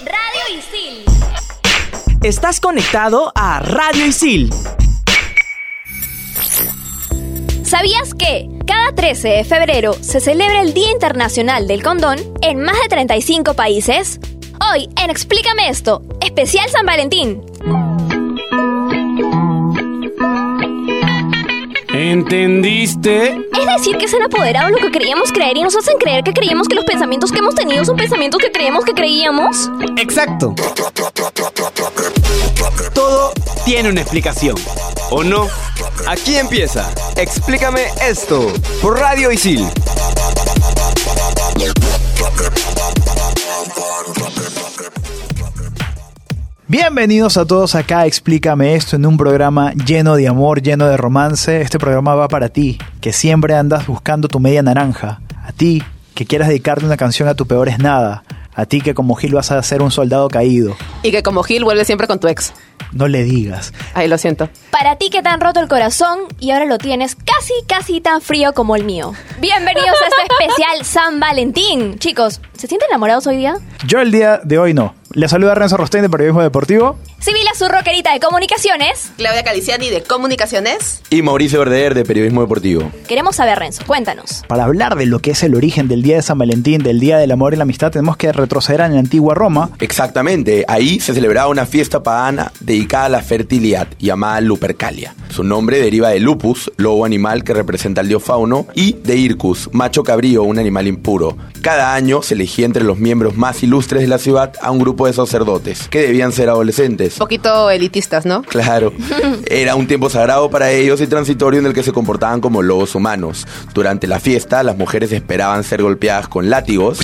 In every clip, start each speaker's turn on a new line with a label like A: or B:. A: Radio Isil.
B: Estás conectado a Radio Isil.
A: ¿Sabías que cada 13 de febrero se celebra el Día Internacional del Condón en más de 35 países? Hoy en Explícame esto, especial San Valentín.
C: ¿Entendiste?
A: Es decir, que se han apoderado lo que creíamos creer y nos hacen creer que creíamos que los pensamientos que hemos tenido son pensamientos que creíamos que creíamos.
C: Exacto.
D: Todo tiene una explicación.
C: ¿O no?
D: Aquí empieza. Explícame esto. Por Radio Isil.
E: Bienvenidos a todos acá, a explícame esto en un programa lleno de amor, lleno de romance. Este programa va para ti, que siempre andas buscando tu media naranja. A ti, que quieras dedicarle una canción a tu peor es nada. A ti que como Gil vas a ser un soldado caído.
F: Y que como Gil vuelve siempre con tu ex.
E: No le digas.
F: Ay, lo siento.
A: Para ti que te han roto el corazón y ahora lo tienes casi, casi tan frío como el mío. Bienvenidos a este especial San Valentín. Chicos, ¿se sienten enamorados hoy día?
E: Yo el día de hoy no. Les saluda Renzo Rostein de Periodismo Deportivo.
A: Sibila, su rockerita de comunicaciones.
F: Claudia Caliciani de Comunicaciones.
D: Y Mauricio Verdeer de Periodismo Deportivo.
A: Queremos saber, Renzo, cuéntanos.
E: Para hablar de lo que es el origen del Día de San Valentín, del Día del Amor y la Amistad, tenemos que retroceder a la antigua Roma.
D: Exactamente, ahí se celebraba una fiesta pagana dedicada a la fertilidad, llamada Lupercalia. Su nombre deriva de lupus, lobo animal que representa al dios fauno, y de ircus, macho cabrío, un animal impuro. Cada año se elegía entre los miembros más ilustres de la ciudad a un grupo de sacerdotes, que debían ser adolescentes.
F: Un poquito elitistas, ¿no?
D: Claro. Era un tiempo sagrado para ellos y transitorio en el que se comportaban como lobos humanos. Durante la fiesta, las mujeres esperaban ser golpeadas con látigos,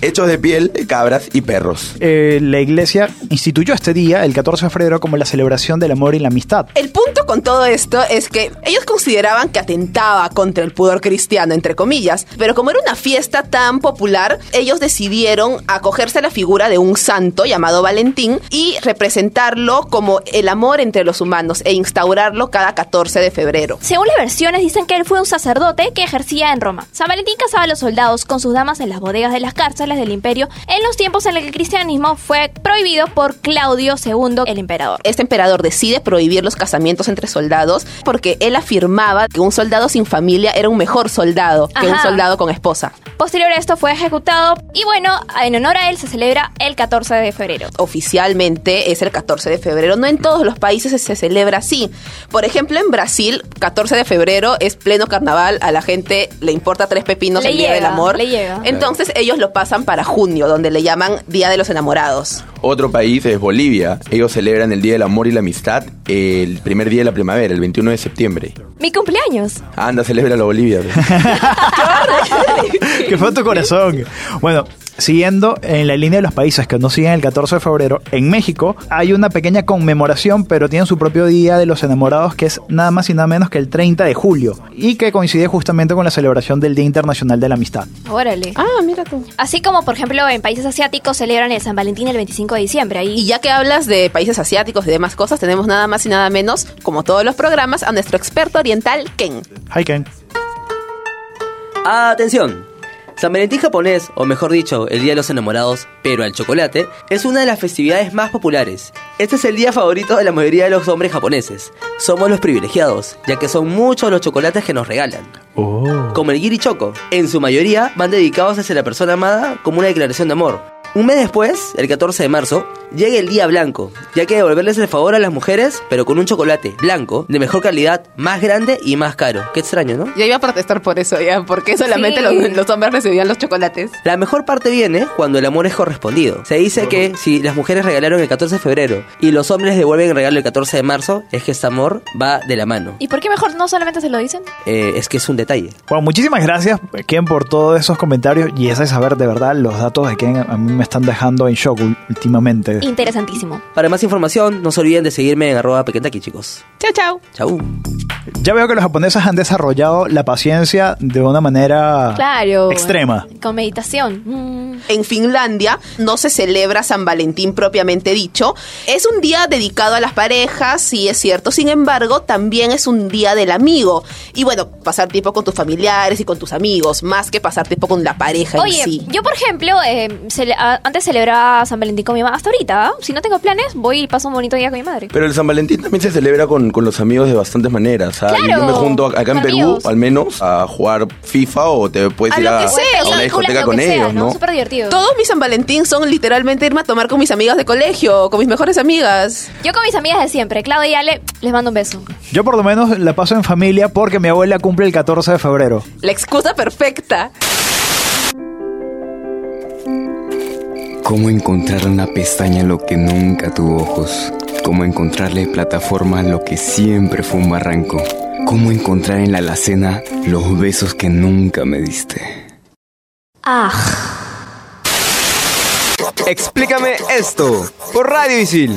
D: hechos de piel, de cabras y perros.
E: Eh, la iglesia instituyó este día, el 14 de febrero, como la celebración del amor y la amistad.
F: El punto con todo esto es que ellos consideraban que atentaba contra el pudor cristiano, entre comillas, pero como era una fiesta tan popular, ellos decidieron acogerse a la figura de un santo llamado Valentín y representarlo como el amor entre los humanos e instaurarlo cada 14 de febrero.
A: Según las versiones, dicen que él fue un sacerdote que ejercía en Roma. San Valentín casaba a los soldados con sus damas en las bodegas de las cárceles del imperio en los tiempos en los que el cristianismo fue prohibido por Claudio II, el emperador.
F: Este emperador decide prohibir los casamientos entre soldados porque él afirmaba que un soldado sin familia era un mejor soldado que un
A: Ajá.
F: soldado con esposa.
A: Posterior a esto fue ejecutado y bueno, en honor a él se celebra el 14 de febrero.
F: oficialmente es el 14 de febrero. No en todos los países se- se celebra así. Por ejemplo, en Brasil, 14 de febrero es pleno carnaval. A la gente le importa tres pepinos
A: Le
F: el Día
A: llega,
F: del Amor.
A: le llega.
F: Entonces ellos lo pasan para junio, donde le llaman Día de los Enamorados.
D: Otro país es Bolivia. Ellos celebran el Día del Amor y la Amistad el primer día de la primavera, el 21 de septiembre.
A: Mi cumpleaños.
D: Anda, celebra la Bolivia. pues.
E: que fue tu corazón. Bueno, siguiendo en la línea de los países que no siguen el 14 de febrero, en México hay una pequeña conmemoración, pero tienen su propio día de los enamorados, que es nada más y nada menos que el 30 de julio, y que coincide justamente con la celebración del Día Internacional de la Amistad.
A: Órale.
F: Ah, mira tú.
A: Así como, por ejemplo, en países asiáticos celebran el San Valentín el 25 de diciembre.
F: Y
A: Ahí
F: ya que hablas de países asiáticos y demás cosas, tenemos nada más y nada menos, como todos los programas, a nuestro experto oriental, Ken.
E: Hi, Ken.
G: Atención. San Valentín japonés, o mejor dicho, el Día de los Enamorados, pero al chocolate, es una de las festividades más populares. Este es el día favorito de la mayoría de los hombres japoneses. Somos los privilegiados, ya que son muchos los chocolates que nos regalan. Como el giri choco, en su mayoría van dedicados hacia la persona amada como una declaración de amor. Un mes después, el 14 de marzo, llega el día blanco, ya que devolverles el favor a las mujeres, pero con un chocolate blanco, de mejor calidad, más grande y más caro. Qué extraño, ¿no?
F: Ya iba a protestar por eso, ya, porque solamente
A: Sí.
F: los, los hombres recibían los chocolates.
G: La mejor parte viene cuando el amor es correspondido. Se dice que si las mujeres regalaron el 14 de febrero y los hombres devuelven el regalo el 14 de marzo, es que este amor va de la mano.
A: ¿Y por qué mejor no solamente se lo dicen?
G: Eh, es que es un detalle.
E: Bueno, muchísimas gracias, Ken, por todos esos comentarios y ese saber de verdad. Los datos de Ken a mí me están dejando en shock últimamente.
A: Interesantísimo.
G: Para más información, no se olviden de seguirme en arroba pequetaki, chicos.
F: Chao, chao.
G: Chau.
E: Ya veo que los japoneses han desarrollado la paciencia de una manera
A: Claro.
E: extrema.
A: Con meditación. Mm.
F: En Finlandia no se celebra San Valentín propiamente dicho. Es un día dedicado a las parejas, sí es cierto. Sin embargo, también es un día del amigo. Y bueno, pasar tiempo con tus familiares y con tus amigos, más que pasar tiempo con la pareja
A: Oye,
F: en sí.
A: yo por ejemplo, eh, cele- a- antes celebraba San Valentín con mi mamá. Hasta ahorita, ¿ah? si no tengo planes, voy y paso un bonito día con mi madre.
D: Pero el San Valentín también se celebra con, con los amigos de bastantes maneras. ¿ah?
A: Claro,
D: Yo me junto a- acá en
A: con
D: Perú,
A: amigos.
D: al menos, a jugar FIFA o te puedes
F: A
D: ir
F: lo
D: a,
F: que sea,
D: a una
F: películas,
D: discoteca
A: lo
D: con
A: que sea,
D: ellos, ¿no?
A: Súper divertido.
F: Todos mis San Valentín son literalmente irme a tomar con mis amigas de colegio, con mis mejores amigas.
A: Yo con mis amigas de siempre, Claudia y Ale, les mando un beso.
E: Yo por lo menos la paso en familia porque mi abuela cumple el 14 de febrero.
F: La excusa perfecta.
H: ¿Cómo encontrar una pestaña a lo que nunca tuvo ojos? ¿Cómo encontrarle plataforma a lo que siempre fue un barranco? ¿Cómo encontrar en la alacena los besos que nunca me diste?
A: Ah,
H: Explícame esto por Radio Isil.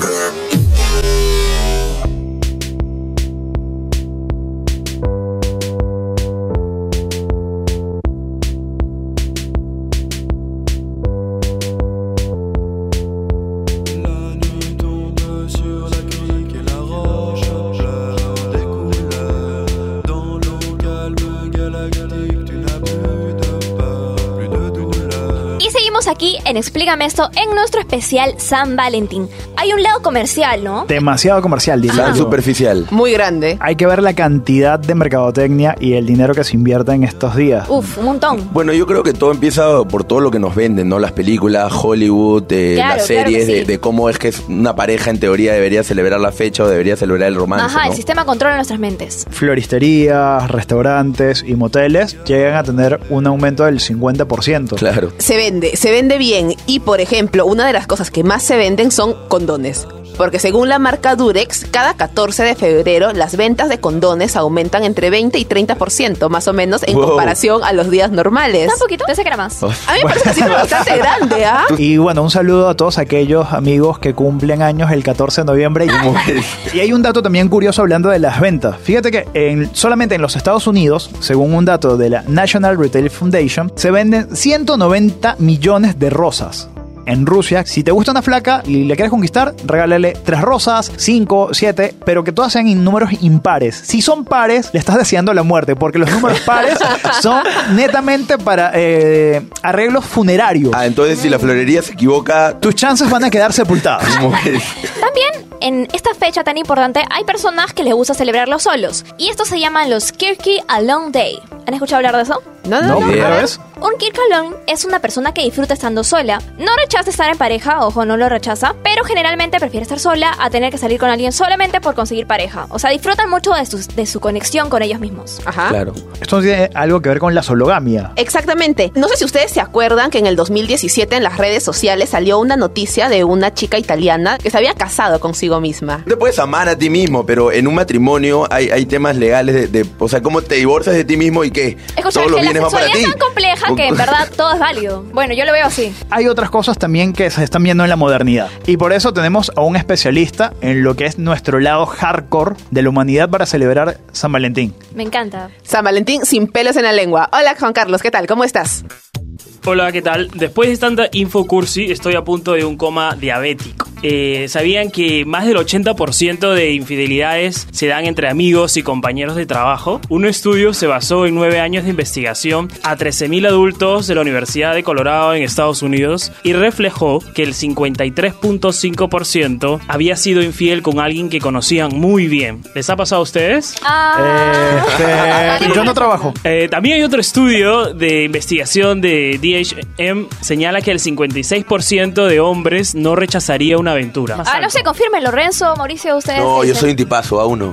A: y seguimos aquí en Explícame esto en nuestro especial San Valentín. Hay un lado comercial, ¿no?
E: Demasiado comercial, diría
D: Tan
E: yo.
D: superficial.
F: Muy grande.
E: Hay que ver la cantidad de mercadotecnia y el dinero que se invierte en estos días.
A: Uf, un montón.
D: Bueno, yo creo que todo empieza por todo lo que nos venden, ¿no? Las películas, Hollywood, eh,
A: Claro,
D: las
A: claro que
D: series, de-
A: sí.
D: de, cómo es que una pareja en teoría debería celebrar la fecha o debería celebrar el romance.
A: Ajá, el
D: ¿no?
A: sistema controla nuestras mentes.
E: Floristerías, restaurantes y moteles llegan a tener un aumento del 50%.
D: Claro.
F: Se vende, se vende bien. Y por ejemplo, una de las cosas que más se venden son condones. Porque según la marca Durex, cada 14 de febrero las ventas de condones aumentan entre 20 y 30% más o menos en
D: Wow.
F: comparación a los días normales.
A: ¿Está un poquito? Pensé que era más.
F: A mí me parece que ha sido bastante grande, ¿ah?
E: Y bueno, un saludo a todos aquellos amigos que cumplen años el 14 de noviembre. Y hay un dato también curioso hablando de las ventas. Fíjate que en- solamente en los Estados Unidos, según un dato de la National Retail Foundation, se venden 190 millones de rosas. En Rusia, si te gusta una flaca y la quieres conquistar, regálale tres rosas, cinco, siete, pero que todas sean en números impares. Si son pares, le estás deseando la muerte, porque los números pares son netamente para eh, arreglos funerarios.
D: Ah, entonces si la florería se equivoca, tú
E: Tus chances van a quedar sepultadas.
D: mueres.
A: También en esta fecha tan importante hay personas que les gusta celebrarlo solos. Y estos se llaman los Kirky Alone Day. ¿Han escuchado hablar de eso?
F: No,
E: No,
F: no, no.
E: primera
D: idea.
E: vez.
A: Un Kirk alone es una persona que disfruta estando sola. No rechaza estar en pareja, ojo, no lo rechaza, pero generalmente prefiere estar sola a tener que salir con alguien solamente por conseguir pareja. O sea, disfrutan mucho de, sus- de su conexión con ellos mismos.
F: Ajá.
D: Claro.
E: Esto tiene algo que ver con la sologamia.
F: Exactamente. No sé si ustedes se acuerdan que en el 2017 en las redes sociales salió una noticia de una chica italiana que se había casado consigo misma.
D: Te puedes amar a ti mismo, pero en un matrimonio hay, hay temas legales de, de- O sea, cómo te divorcias de ti mismo y qué.
A: Escucha,
D: Todos los
A: que la
D: bienes van para
A: sexualidad
D: ti.
A: es tan compleja que en verdad todo es válido. Bueno, yo lo veo así.
E: Hay otras cosas también que se están viendo en la modernidad. Y por eso tenemos a un especialista en lo que es nuestro lado hardcore de la humanidad para celebrar San Valentín.
A: Me encanta.
F: San Valentín sin pelos en la lengua. Hola Juan Carlos, ¿qué tal? ¿Cómo estás?
G: Hola, ¿qué tal? Después de tanta info cursi, estoy a punto de un coma diabético. Eh, ¿Sabían que más del 80% de infidelidades se dan entre amigos y compañeros de trabajo? Un estudio se basó en nueve años de investigación a 13.000 adultos de la Universidad de Colorado en Estados Unidos y reflejó que el 53.5% había sido infiel con alguien que conocían muy bien. ¿Les ha pasado a ustedes?
A: Ah.
E: Este, Eh, yo no trabajo.
G: Eh, también hay otro estudio de investigación de DHM Em señala que el 56% de hombres no rechazaría una aventura.
A: Ah, no se confirmen, Lorenzo, Mauricio, ustedes. ¿qué
D: No, yo
A: dicen?
D: soy un tipazo, a uno.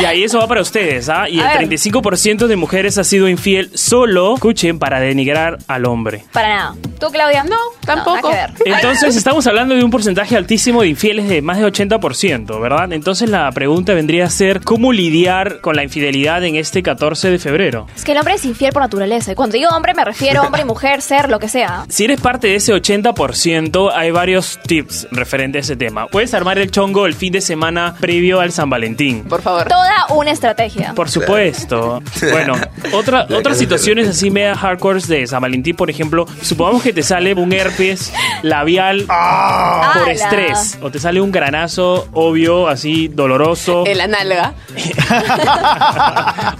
G: Y ahí eso va para ustedes, ¿ah? Y
A: A ver.
G: el 35% de mujeres ha sido infiel solo, escuchen, para denigrar al hombre.
A: Para nada. ¿Tú, Claudia? No,
F: tampoco.
A: nada que ver.
G: Entonces estamos hablando de un porcentaje altísimo de infieles de más de 80%, ¿verdad? Entonces la pregunta vendría a ser, ¿cómo lidiar con la infidelidad en este 14 de febrero?
A: Es que el hombre es infiel por naturaleza. Y cuando digo hombre, me refiero a hombre, mujer, ser, lo que sea.
G: Si eres parte de ese 80%, hay varios tips es referente a ese tema. Puedes armar el chongo el fin de semana previo al San Valentín.
F: Por favor.
A: Toda una estrategia.
G: Por supuesto. Bueno, otra, otras situaciones así media hardcores de San Valentín, por ejemplo, supongamos que te sale un herpes labial
D: Ah,
G: por
A: ¡Hala!
G: estrés o te sale un granazo obvio, así doloroso,
F: En la nalga.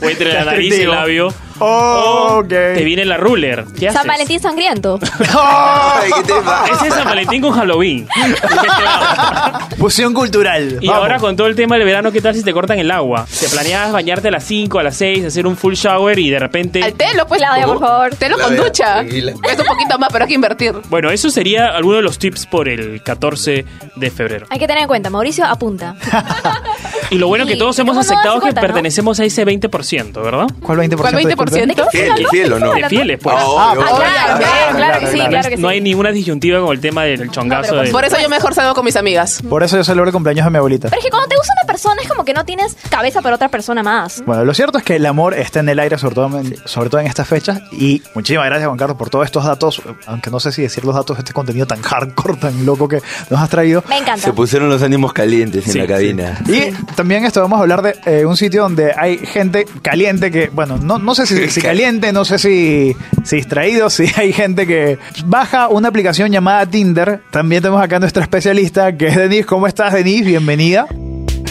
G: o entre la nariz y el labio.
E: Oh,
G: o
E: ok.
G: Te viene la ruler. ¿Qué haces?
A: San Valentín sangriento.
D: Ay, ¿qué te
G: Ese es San Valentín con Halloween.
E: Fusión cultural.
G: Y
E: Vamos.
G: ahora con todo el tema del verano, ¿qué tal si te cortan el agua? Te planeabas bañarte a las 5, a las 6, hacer un full shower y de repente...
F: Al telo, pues.
A: Claudia, por favor.
F: Telo con
D: Claudia,
F: ducha.
D: tranquila.
F: Es un poquito más, pero hay que invertir.
G: Bueno, eso sería alguno de los tips por el 14 de febrero.
A: Hay que tener en cuenta, Mauricio apunta.
G: Y lo bueno que
A: Y
G: todos hemos
A: hemos dado
G: aceptado que
A: cuenta, ¿no?
G: pertenecemos a ese 20%, ¿verdad?
E: ¿Cuál 20%?
F: ¿Cuál
E: disculpe?
F: 20%?
A: ¿De qué
D: Fiel,
A: estás hablando?
D: fiel, ¿o no?
A: ¿Qué
G: De
A: estás
G: fieles, pues.
D: Ah, obvio,
A: hablando? Ah,
D: obvio.
A: claro, claro, claro que sí,
G: No-
A: claro que sí. Ah,
G: No hay ninguna disyuntiva con el tema del chongazo.
A: pero
G: de-
F: Por eso yo mejor salgo con mis amigas.
E: Por eso yo celebro el cumpleaños de mi abuelita.
A: Pero es que cuando te gusta una persona es como que no tienes cabeza para otra persona
D: Mm.
A: más.
E: Bueno, lo cierto es que el amor está en el aire, sobre todo en, sobre todo en estas fechas. Y muchísimas gracias, Juan Carlos, por todos estos datos. Aunque no sé si decir los datos de este contenido tan hardcore, tan loco que nos has traído.
A: Me encanta.
D: Se pusieron los ánimos calientes en
G: Sí,
D: la cabina.
E: Y también esto, vamos a hablar de eh, un sitio donde hay gente caliente que, bueno, no, no sé si, si caliente, no sé si, si distraído, si hay gente que baja una aplicación llamada Tinder. También tenemos acá a nuestra especialista, que es Denise. ¿Cómo estás, Denise? Bienvenida.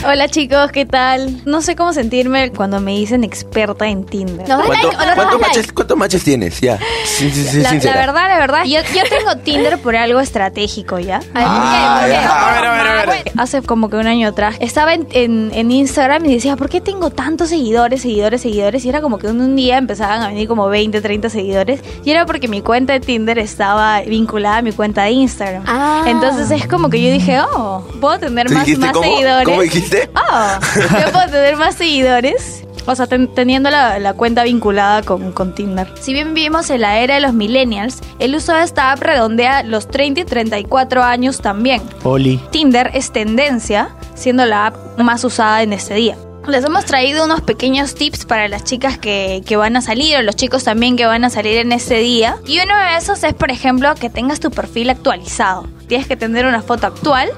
I: Hola chicos, ¿qué tal? No sé cómo sentirme cuando me dicen experta en Tinder.
A: ¿Nos das
D: ¿Cuánto-
A: like o no nos
D: ¿Cuántos
A: das like?
D: matches, cuántos matches tienes? Ya. Sin, sin- sin-
I: la, la
D: sincera.
I: verdad, la verdad, yo, yo tengo Tinder por algo estratégico, ¿ya?
A: Ay, ¿por qué?
D: Ah,
A: ¿Por qué?
D: ya.
A: A ver, a ver, a ver.
I: Hace como que un año atrás estaba en, en- en Instagram y decía, ¿por qué tengo tantos seguidores, seguidores, seguidores? Y era como que un, un día empezaban a venir como 20, 30 seguidores. Y era porque mi cuenta de Tinder estaba vinculada a mi cuenta de Instagram.
A: Ah.
I: Entonces es como que yo dije, oh, puedo tener
D: ¿Tú
I: más,
D: dijiste
I: más
D: cómo?
I: seguidores.
D: ¿Cómo dijiste?
I: Oh, yo puedo tener más seguidores. O sea, ten- teniendo la, la cuenta vinculada con, con Tinder. Si bien vivimos en la era de los millennials, el uso de esta app redondea los 30 y 34 años también.
E: Oli.
I: Tinder es tendencia, siendo la app más usada en este día. Les hemos traído unos pequeños tips para las chicas que, que van a salir o los chicos también que van a salir en ese día. Y uno de esos es, por ejemplo, que tengas tu perfil actualizado. Tienes que tener una foto actual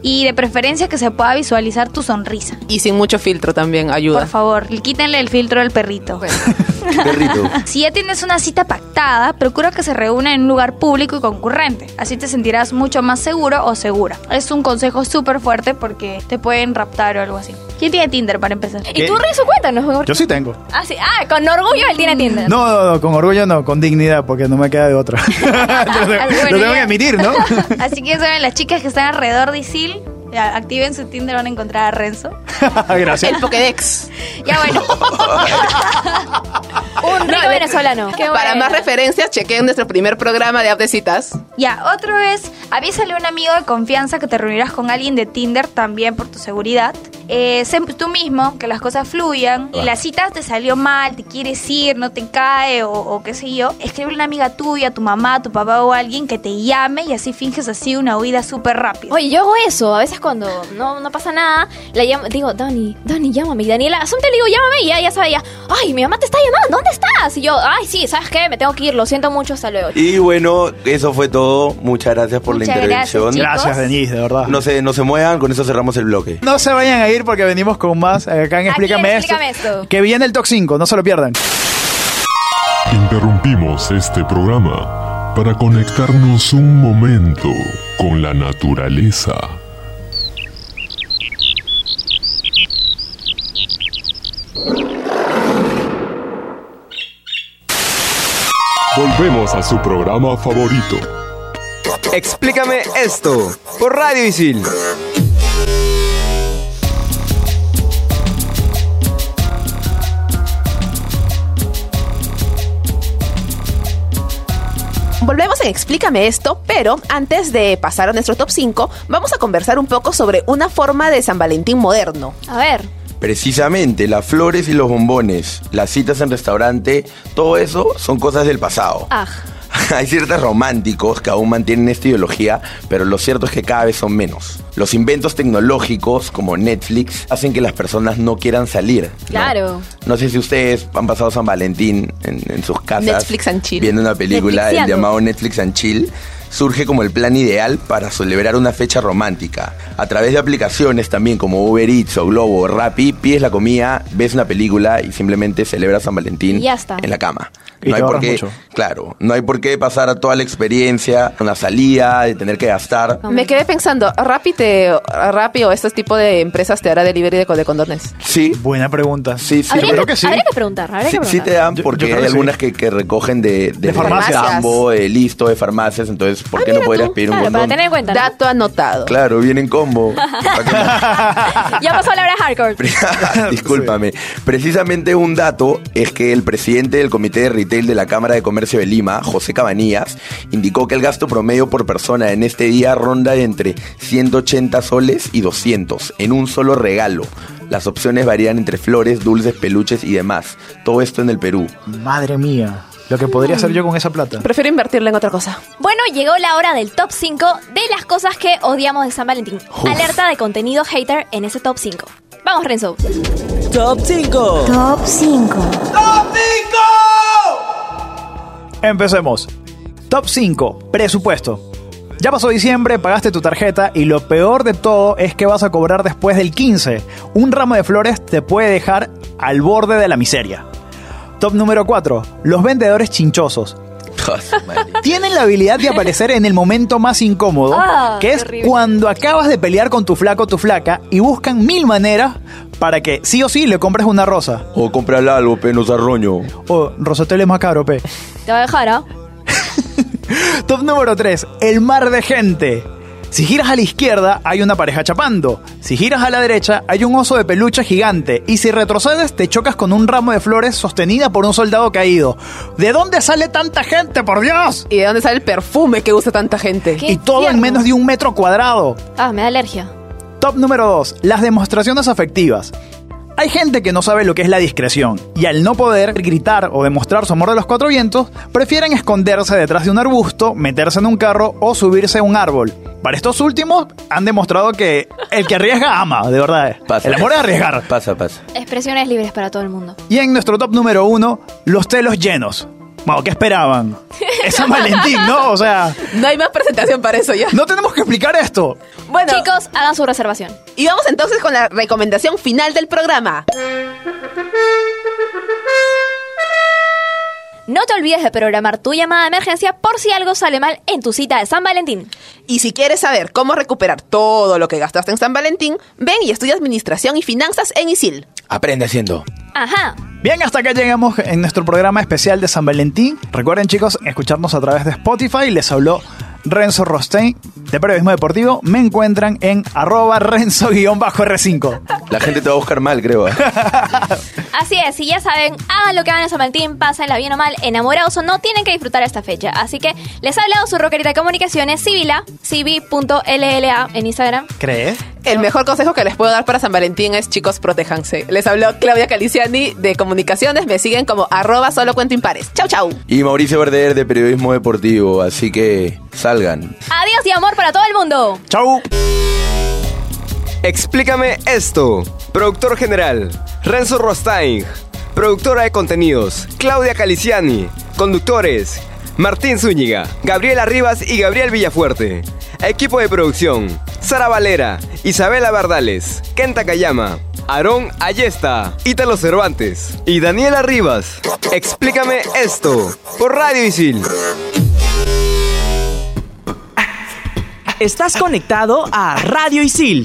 I: y de preferencia que se pueda visualizar tu sonrisa.
F: Y sin mucho filtro también ayuda.
I: Por favor, quítenle el filtro al perrito.
D: Perrito.
I: Si ya tienes una cita pactada, procura que se reúna en un lugar público y concurrente. Así te sentirás mucho más seguro o segura. Es un consejo súper fuerte porque te pueden raptar o algo así. ¿Quién tiene Tinder para empezar?
A: ¿Y tú, Renzo, cuéntanos?
E: Yo sí tengo.
A: Ah, sí. Ah, con orgullo él tiene Tinder.
E: No, no, no, con orgullo no, con dignidad, porque no me queda de otra. lo, tengo-
I: Al
E: lo
I: buen
E: tengo que
I: día.
E: admitir, ¿no?
I: Ah, Así que ya saben, las chicas que están alrededor de Isil, ya, activen su Tinder, van a encontrar a Renzo.
E: Gracias.
F: El Pokédex.
I: Ya bueno.
A: Un rico venezolano.
I: Qué
F: Para
I: bueno.
F: más referencias, chequen nuestro primer programa de app de citas.
I: Ya, otro es, avísale a un amigo de confianza que te reunirás con alguien de Tinder también por tu seguridad. Eh, sé tú mismo, que las cosas fluyan. Y la cita te salió mal, te quieres ir, no te cae o, o qué sé yo. Escribe a una amiga tuya, a tu mamá, a tu papá o a alguien que te llame y así finges así una huida súper rápida.
A: Oye, yo hago eso. A veces cuando no, no pasa nada, le llamo, digo, Dani, Dani, llámame. Y Daniela, asunto le digo, llámame. Y ya, ya sabe, ya, ay, mi mamá te está llamando, ¿dónde estás? Y yo, ay, sí, ¿sabes qué? Me tengo que ir, lo siento mucho, hasta luego.
D: Y bueno, eso fue todo. Muchas gracias por la
I: Muchas gracias,
D: intervención.
I: chicos.
E: Gracias, Denise, de verdad.
D: no, se, no se muevan, con eso cerramos el bloque.
E: No se vayan a ir porque venimos con más. eh, Acá en
A: Aquí
E: Explícame,
A: en
E: esto,
A: Explícame Esto.
E: Que viene el Top 5, no se lo pierdan.
C: Interrumpimos este programa para conectarnos un momento con la naturaleza. Volvemos a su programa favorito.
J: Explícame esto por Radio Isil.
F: Volvemos en Explícame esto, pero antes de pasar a nuestro top 5, vamos a conversar un poco sobre una forma de San Valentín moderno.
A: A ver,
D: Precisamente, las flores y los bombones, las citas en restaurante, todo eso son cosas del pasado.
A: ah,
D: Hay ciertos románticos que aún mantienen esta ideología, pero lo cierto es que cada vez son menos. Los inventos tecnológicos, como Netflix, hacen que las personas no quieran salir. ¿no?
A: Claro.
D: No sé si ustedes han pasado San Valentín en, en sus casas.
F: Netflix and chill.
D: Viendo una película el
A: Netflixiando.
D: llamado Netflix and Chill. surge como el plan ideal para celebrar una fecha romántica. A través de aplicaciones también como Uber Eats o Globo o Rappi, pides la comida, ves una película y simplemente celebras San Valentín
A: Y ya está.
D: en la cama.
E: Y te
D: No hay por
E: ahorras
D: qué,
E: mucho.
D: claro, no hay por qué pasar a toda la experiencia, una salida, de tener que gastar.
F: Me quedé pensando, Rappi, te, Rappi o este tipo de empresas te hará delivery de, de condones.
D: Sí,
E: Buena pregunta.
D: sí, sí.
A: habría,
E: creo
A: que,
E: que sí.
A: habría que preguntar, habría
D: Sí,
A: que
D: sí
A: preguntar.
D: te dan,
E: Yo- yo
D: porque
E: creo
D: hay
E: que sí.
D: algunas que, que recogen de, de,
E: De farmacias.
D: Sambo, de listo, de farmacias, entonces, ¿por qué no podrías pedir un
A: Ah, Claro, para
D: condón?
A: tener en cuenta. ¿no?
F: Dato anotado.
D: Claro, viene en combo. Pa' que no-
A: Ya pasó la hora hardcore.
D: Discúlpame. Precisamente un dato es que el presidente del Comité de Retail de la Cámara de Comercio de Lima, José Cabanillas, indicó que el gasto promedio por persona en este día ronda entre 180 soles y 200 en un solo regalo. Las opciones varían entre flores, dulces, peluches y demás. Todo esto en el Perú.
E: Madre mía. Lo que podría hacer yo con esa plata.
F: Prefiero invertirla en otra cosa.
A: Bueno, llegó la hora del top 5 de las cosas que odiamos de San Valentín. Alerta de contenido hater en ese top 5. Vamos, Renzo.
K: Top 5.
L: Top 5.
E: Empecemos. Top 5. Presupuesto. Ya pasó diciembre, pagaste tu tarjeta y lo peor de todo es que vas a cobrar después del 15. Un ramo de flores te puede dejar al borde de la miseria. Top número 4. Los vendedores chinchosos. Tienen la habilidad de aparecer en el momento más incómodo,
A: Ah,
E: que
A: qué
E: es
A: horrible.
E: cuando acabas de pelear con tu flaco o tu flaca y buscan mil maneras para que sí o sí le compres una rosa.
D: O comprarle algo, penos arroño.
E: O Rosatel es más caro, pe.
A: Te voy a dejar, ¿ah?
E: Top número 3, el mar de gente. Si giras a la izquierda, hay una pareja chapando. Si giras a la derecha, hay un oso de peluche gigante. Y si retrocedes, te chocas con un ramo de flores sostenida por un soldado caído. ¿De dónde sale tanta gente, por Dios?
F: ¿Y de dónde sale el perfume que usa tanta gente?
A: ¿Qué?
E: Y todo en
A: infierno.
E: menos de un metro cuadrado.
A: Ah, me da alergia.
E: Top número 2. Las demostraciones afectivas. Hay gente que no sabe lo que es la discreción y al no poder gritar o demostrar su amor de los cuatro vientos, prefieren esconderse detrás de un arbusto, meterse en un carro o subirse a un árbol. Para estos últimos han demostrado que el que arriesga ama, de verdad.
D: Pasa.
E: El amor es arriesgar.
D: Pasa, pasa.
A: Expresiones libres para todo el mundo.
E: Y en nuestro top número 1, los telos llenos. Bueno, ¿qué esperaban? Es San Valentín, ¿no? O sea,
F: No hay más presentación para eso ya.
E: no tenemos que explicar esto.
F: Bueno,
A: Chicos, hagan su reservación.
F: y vamos entonces con la recomendación final del programa.
A: No te olvides de programar tu llamada de emergencia por si algo sale mal en tu cita de San Valentín.
F: Y si quieres saber cómo recuperar todo lo que gastaste en San Valentín, ven y estudia Administración y Finanzas en ISIL.
D: Aprende haciendo.
A: Ajá.
E: Bien, hasta acá llegamos en nuestro programa especial de San Valentín. Recuerden, chicos, escucharnos a través de Spotify. Les habló Renzo Rostein de Periodismo Deportivo. Me encuentran en arroba renzo-r5.
D: La gente te va a buscar mal, creo. ¿eh?
A: Así es, y ya saben, hagan lo que hagan en San Valentín, pásenla bien o mal, enamorados o no, tienen que disfrutar esta fecha. Así que les ha hablado su rockerita de comunicaciones, Sibila, cibi.lla en Instagram.
E: ¿Crees?
F: El mejor consejo que les puedo dar para San Valentín es chicos, protéjanse. Les habló Claudia Caliciani de Comunicaciones. Me siguen como arroba solo cuento impares. Chau, chau.
D: Y Mauricio Verder de Periodismo Deportivo, así que salgan.
A: Adiós y amor para todo el mundo.
E: ¡Chau!
J: Explícame esto. Productor general, Renzo Rostein. Productora de contenidos, Claudia Caliciani. Conductores, Martín Zúñiga, Gabriela Rivas y Gabriel Villafuerte. Equipo de producción, Sara Valera, Isabela Bardales, Kenta Kayama, Aarón Ayesta, Ítalo Cervantes y Daniela Rivas. Explícame esto por Radio Isil.
B: Estás conectado a Radio Isil.